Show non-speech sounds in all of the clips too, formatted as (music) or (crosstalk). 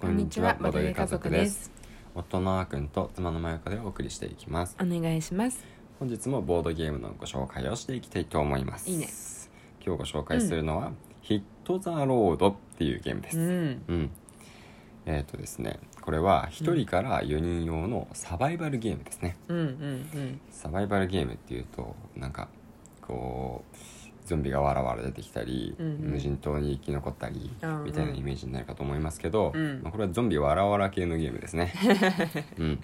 こんにちは、ボドゲ家族です。。夫のあーくんと妻のまゆかでお送りしていきます。お願いします。本日もボードゲームのご紹介をしていきたいと思います。いいね今日ご紹介するのは、ヒットザロードっていうゲームです。ん。うん。えっ、とですね、これは一人から4人用のサバイバルゲームですね。うんうんサバイバルゲームっていうとなんかこうゾンビがわらわら出てきたり、うんうん無人島に生き残ったりうんうんみたいなイメージになるかと思いますけど、うんまあ、これはゾンビわらわら系のゲームです (laughs) ね。うん、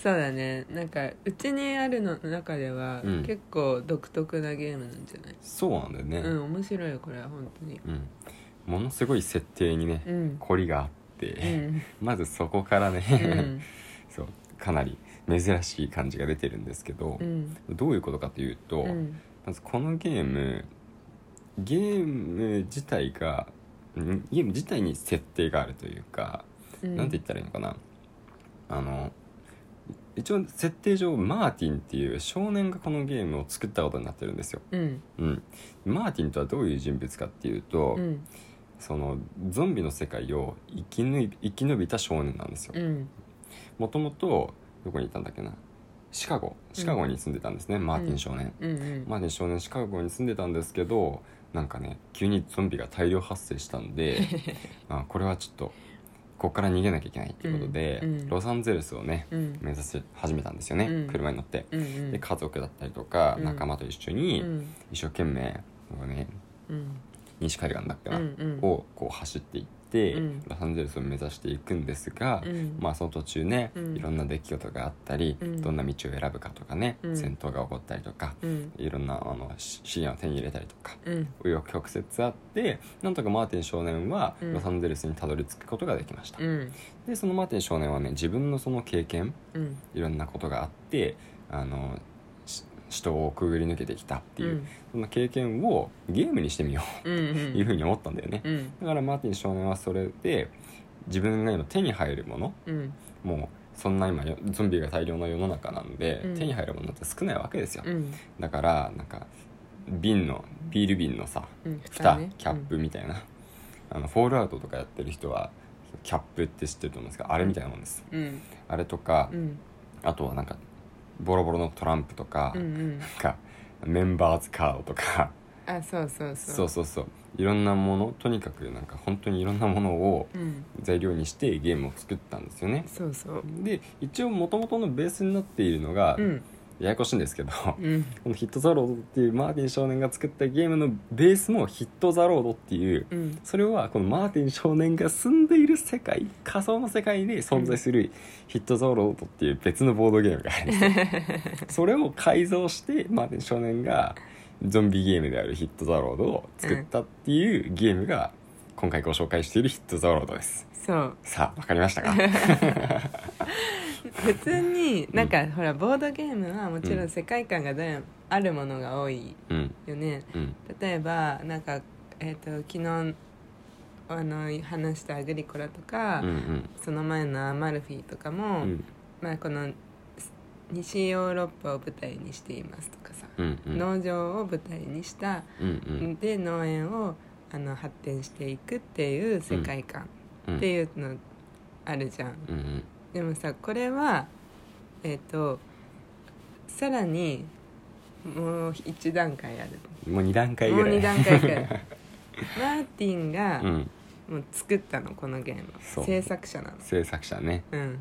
そうだね。なんか、うちにあるの中では、うん結構独特なゲームなんじゃないそうなんだよね、うん、面白いよ、これは、本当に。うんものすごい設定にね、うん。凝りがあっうて、ん。まずそこからね、うん。 (laughs) そうかなり珍しい感じが出てるんですけどう、ん。どういうことかというと、うん。まずこのゲームゲーム自体がんゲーム自体に設定があるというかうんなんて言ったらいいのかなあの一応設定上マーティンっていう少年がこのゲームを作ったことになってるんですよ、うん。うん、マーティンとはどういう人物かっていうと、うん。そのゾンビの世界を生きぬい生き延びた少年なんですようん。もともとどこにいたんだっけなシカゴシカゴに住んでたんですね、マーティン少年、うん。うん。まあね少年シカゴに住んでたんですけどなんかね急にゾンビが大量発生したん (laughs) であこれはちょっとここから逃げなきゃいけないっていうことで、うんうんロサンゼルスをねうん。目指し始めたんですよね、うん車に乗って。うん。で家族だったりとかうん仲間と一緒うにん。一生懸命、なんかね、うん。西海岸だっけな、うんうんをこう走っていって、うんロサンゼルスを目指していくんですが、うんまあその途中ね、うんいろんな出来事があったり、うんどんな道を選ぶかとかね、うん戦闘が起こったりとか、うん。いろんなあのし資源を手に入れたりとかうん。紆余曲折あってなんとかマーティン少年はうんロサンゼルスにたどり着くことができました、うん。でそのマーティン少年はね自分のその経験うん。いろんなことがあってあのし死闘をくぐり抜けてきたっていう、その経験をゲームにしてみようん。うん。ういうふうに思ったんだよね、うん。だからマーティン少年はそれで自分が今手に入るものうん。もうそんな今よゾンビが大量の世の中なんで、うん手に入るものって少ないわけですよ、うん。だからなんか瓶のビール瓶のさうん。蓋、ねキャップみたいな、あのフォールアウトとかやってる人はキャップって知ってると思うんですけどあれみたいなもんですうん。あれとか、うん。あとはなんかボロボロのトランプとか、うん。うん。なんかメンバーズカードとかあそうそうそうそうそうそういろんなものとにかくなんか本当にいろんなものをうん、材料にしてゲームを作ったんですよねそうそうで一応元々のベースになっているのが、うんややこしいんですけどうんこのヒットザロードっていうマーティン少年が作ったゲームのベースもヒットザロードっていううんそれはこのマーティン少年が住んでいる世界仮想の世界で存在するヒットザロードっていう別のボードゲームがあるんですよそれを改造してマーティン少年がゾンビゲームであるヒットザロードを作ったっていうゲームが今回ご紹介しているヒットザロードですそうさあわかりましたか普通になんか、ほらボードゲームはもちろうんん世界観がだよあるものが多いうんよねうん例えばなんかえっ、と昨日あの話したアグリコラとか、うんうんその前のアマルフィとかも、うんまあこの西ヨーロッパを舞台にしていますとかさ、うんうん農場を舞台にしたうんうんで農園をあの発展していくっていう世界観っていうのあるじゃん、うんうんでもさこれはえっ、とさらにもう1段階あるもう2段階もぐうらい2段 (laughs) 階くらいマーティンがうんもう作ったのこのゲームそう制作者なの制作者ねうん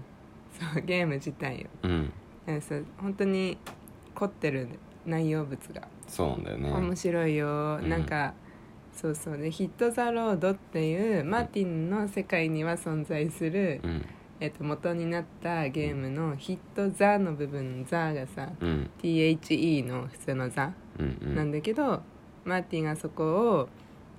そうゲーム自体をうんだからそう本当に凝ってる内容物がそうなんだよね面白いよ、うんなんかそうそうで「ヒット・ザ・ロード」っていうマーティンの世界には存在する、うんえっと元になったゲームの「ヒット・ザ」の部分の「ザ」がさうん THE の普通の「ザうん」うんなんだけど、マーティンがそこを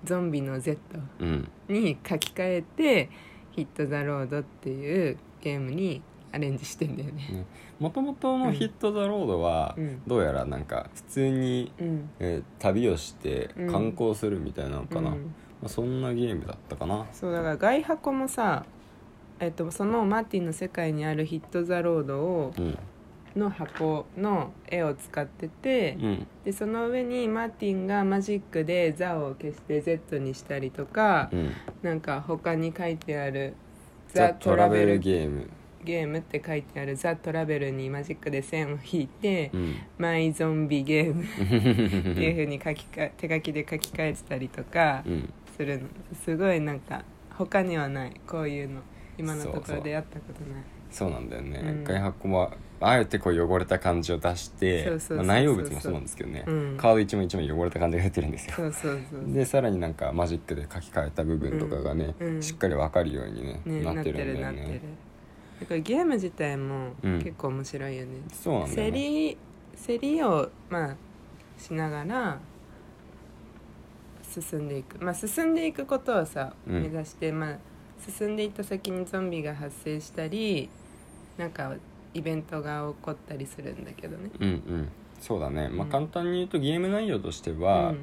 ゾンビの「Z うん」に書き換えて「ヒット・ザ・ロード」っていうゲームにアレンジしてんだよね。もともとのヒット・ザ・ロードは、うんどうやらなんか普通に、うんえー旅をしてうん観光するみたいなのかな、うまんあ、そんなゲームだったかなそうだから外箱もさ、えっと、そのマーティンの世界にあるヒット・ザ・ロードをうんの箱の絵を使っててうんでその上にマーティンがマジックで「ザ」を消して「Z」にしたりとかうんなんか他に書いてあるザ・トラベルゲーム、ゲームって書いてあるザ・トラベルにマジックで線を引いて、うん、マイゾンビゲームっていう風に書きか手書きで書き換えてたりと (laughs) かうん、するのすごいなんか他にはないこういうの今のとこそうそろうでやったことないそうなんだよね、うん外箱もあえてこう汚れた感じを出してそうそうそうそうまあ内容物もそうなんですけどね、うんカード一枚一枚汚れた感じが出てるんですよそうそうそうそうでさらになんかマジックで書き換えた部分とかがね、うんうんしっかり分かるように、ねね、ななっっててるんるだなよってねるだからゲーム自体もうん結構面白いよね、そうなんだ競よねり競りをまあしながら進んでいくまあ進んでいくことはさ、うん目指してまあ進んでいった先にゾンビが発生したりなんかイベントが起こったりするんだけどねうんうんそうだね、まあ、うん簡単に言うとゲーム内容としては、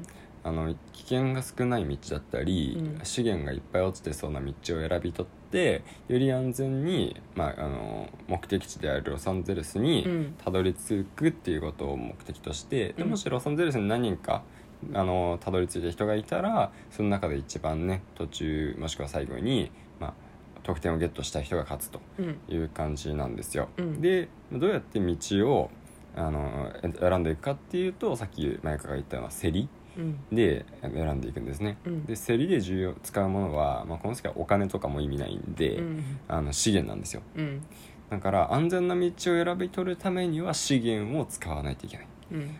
あの危険が少ない道だったり、うん資源がいっぱい落ちてそうな道を選び取ってより安全に、まあ、あの目的地であるロサンゼルスうにんたどり着くっていうことを目的として、でうんもしロサンゼルスに何人かあのたどり着いた人がいたらその中で一番ね途中もしくは最後に、まあ、得点をゲットした人が勝つとうんいう感じなんですよ。うんでどうやって道をあの選んでいくかっていうとさっきマイカが言ったような競りうんで選んでいくんですね。うんで競りで重要使うものは、まあ、この時はお金とかも意味ないんで、うんあの資源なんですようんだから安全な道を選び取るためには資源を使わないといけないうん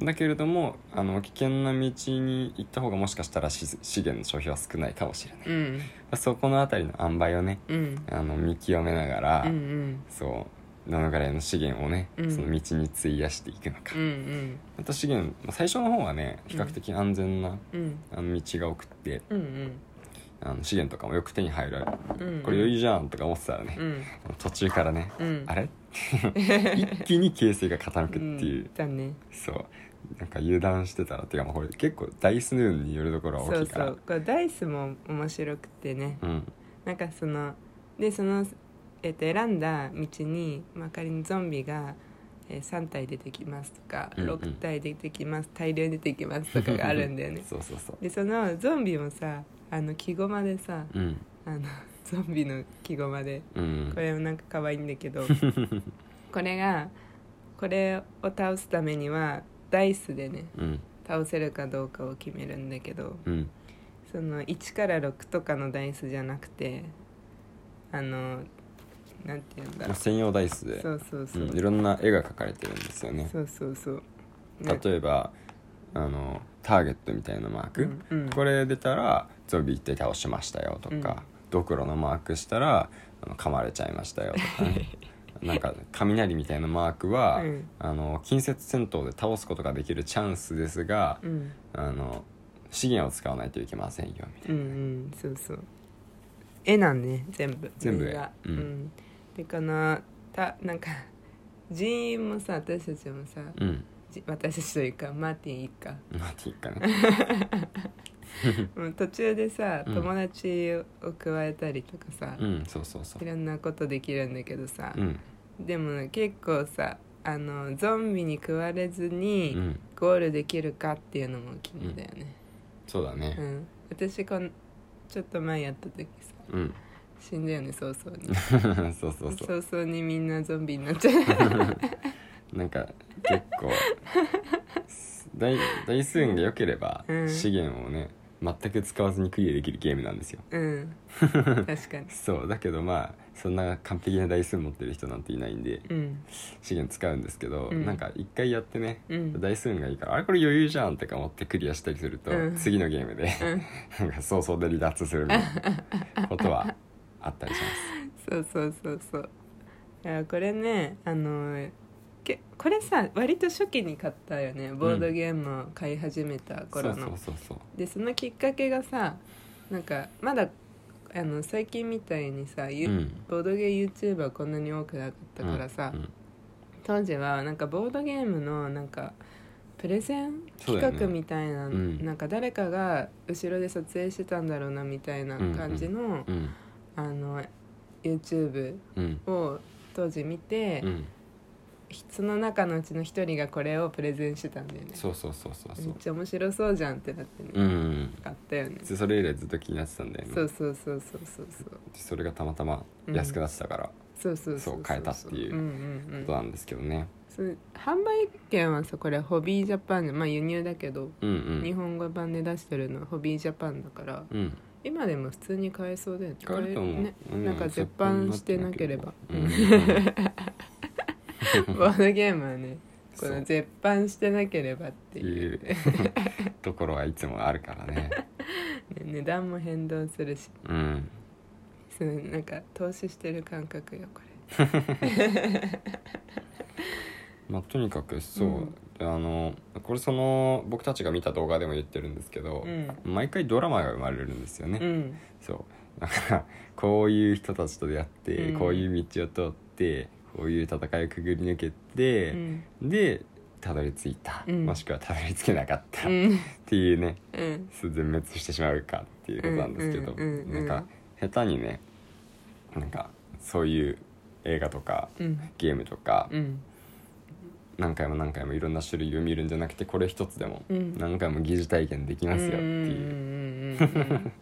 だけれどもあの危険な道に行った方がもしかしたらし資源の消費は少ないかもしれない、うんそこのあたりの塩梅をねうんあの見極めながら、うんうんそうどのぐらいの資源をね、うんその道に費やしていくのか、うんまた資源まあ最初の方はね比較的安全な、うんあの道が多くてうんうんあの資源とかもよく手に入られるうんこれ余裕じゃんとか思ってたらねう、ん途中からね、うんあれ (laughs) 一気に形勢が傾くっていう、んだねそうなんか油断してたらっていうかまあこれ結構ダイスヌーンによるところはそ大うきいそからうこれダイスも面白くてねうんなんかそのでその、えっと選んだ道に、まあ、仮にゾンビが、えー3体出てきますとか、うんうん6体出てきます大量に出てきますとかがあるんだよねそうそうそうでそのゾンビもさあの木駒でさうんあのゾンビの木駒でうんこれもなんか可愛いんだ (laughs) けどこれがこれを倒すためにはダイスでねうん倒せるかどうかを決めるんだけどうんその1から6とかのダイスじゃなくてあのなんて言うんだまろあう専用ダイスでそうそうそう、うんいろんな絵が描かれてるんですよねそうそうそうね例えばあのターゲットみたいなマーク、うんうんこれ出たらゾンビ一体倒しましたよとか、ドクロのマークしたらあの噛まれちゃいましたよとかねなんか雷みたいなマークは、うんあの近接戦闘で倒すことができるチャンスですが、うんあの資源を使わないといけませんよみたいなうんうんそうそう絵なんね全部全部絵みんなうんうん、でこのたなんか (laughs) 人員もさ私たちもさ、うんじ私たちというかマーティン一家まあっていうかね (laughs) もう途中でさうん友達を加えたりとかさ、うんそうそうそういろんなことできるんだけどさ、うんでも結構さあのゾンビに食われずうにんゴールできるかっていうのも肝だよね、そうだうんね私こんちょっと前やった時さうん死んだよね早々 (laughs) にそうそうそう早々にみんなゾンビになっちゃ (laughs) うなんか結構大大数運が良ければうん資源をね、全く使わずにクリアできるゲームなんですよ (laughs) うん確かにそうだけどまあそんな完璧な台数持ってる人なんていないんでうん資源使うんですけど、うんなんか一回やってね、うん台数運がいいからあれこれ余裕じゃんってか思ってクリアしたりすると、うん次のゲームで、 (laughs) なんか早々で離脱するみたいなことはあったりし (laughs) そうそうそうそういやこれねあのけこれさ割と初期に買ったよねボードゲームを買い始めたます頃の、そうそうそうでそのきっかけがさなんかまだあの最近みたいにそさ、うゆうんボードゲー YouTuber こんなに多くなかったからさ、うん当時はなんかボードゲームのなんかプレゼンそう企だよね画みたいな、うんなんか誰かが後ろで撮影してたんだろうなみたいな感じの、うんあの YouTube うんを当時見て、うんその中のうちの一人がこれをプレゼンしてたんだよねそうそうそうそうめそっうちゃ面白そうじゃんってなってね、うん買ったよねずそれ以来ずっと気になってたんだよねそうそうそうそうそうそうそれがたまたま安くなってたから、そうそうそうそう変えたっていううんうこんうとんなんですけどねそう販売権はさこれホビージャパンでまあ輸入だけど、うんう日ん本語版で出してるのはホビージャパンだからうん今でも普通に買えそうだよね買えると思う、ね (laughs) うなんか絶版してなければうんボードゲームはねこそうの絶版してなければっていいう (laughs) うところはいつもあるからねね値段も変動するしうんそうなんか投資してる感覚よこれまあとにかくそう、うんあのこれその僕たちが見た動画でも言ってるんですけど、うん毎回ドラマが生まれるんですよね、うんそうだからこういう人たちと出会って、うんこういう道を通ってこういう戦いをくぐり抜けうて、んでたどり着いた、うんもしくはたどり着けなかった、うっんていうねうん全滅してしまうかっていうことなんですけど、うんうんうんうんなんか下手にねなんかそういう映画とかうんゲームとか、うん何回も何回もいろんな種類を見るんじゃなくてこれ一つでもうん何回も疑似体験できますよっていううんうんうんうんうん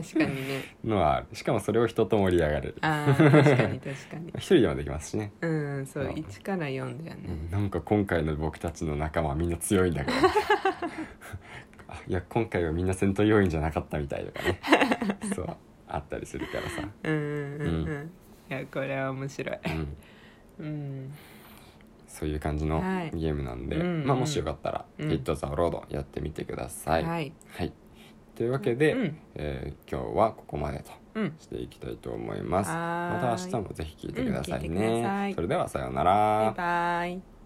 確かにねのはあるしかもそれを人と盛り上がるああ確かに確かに (laughs) 一人でもできますしね、うんそううん1から4だようねん、なんか今回の僕たちの仲間はみんな強いんだ (laughs) からあいや今回はみんな戦闘要員じゃなかったみたいとかね (laughs) そうあったりするからさ、うんうんうんううんいやこれは面白いうん、うんそういう感じのはいゲームなんで、うんまあ、うんもしよかったら「うんヒット・ザ・ロード」やってみてください。はいはいというわけで、うんえー今日はここまでとうんしていきたいと思います。はーいまた明日もぜひ聞いてくださいね。うん聞いてくださいそれではさようなら。バイバイ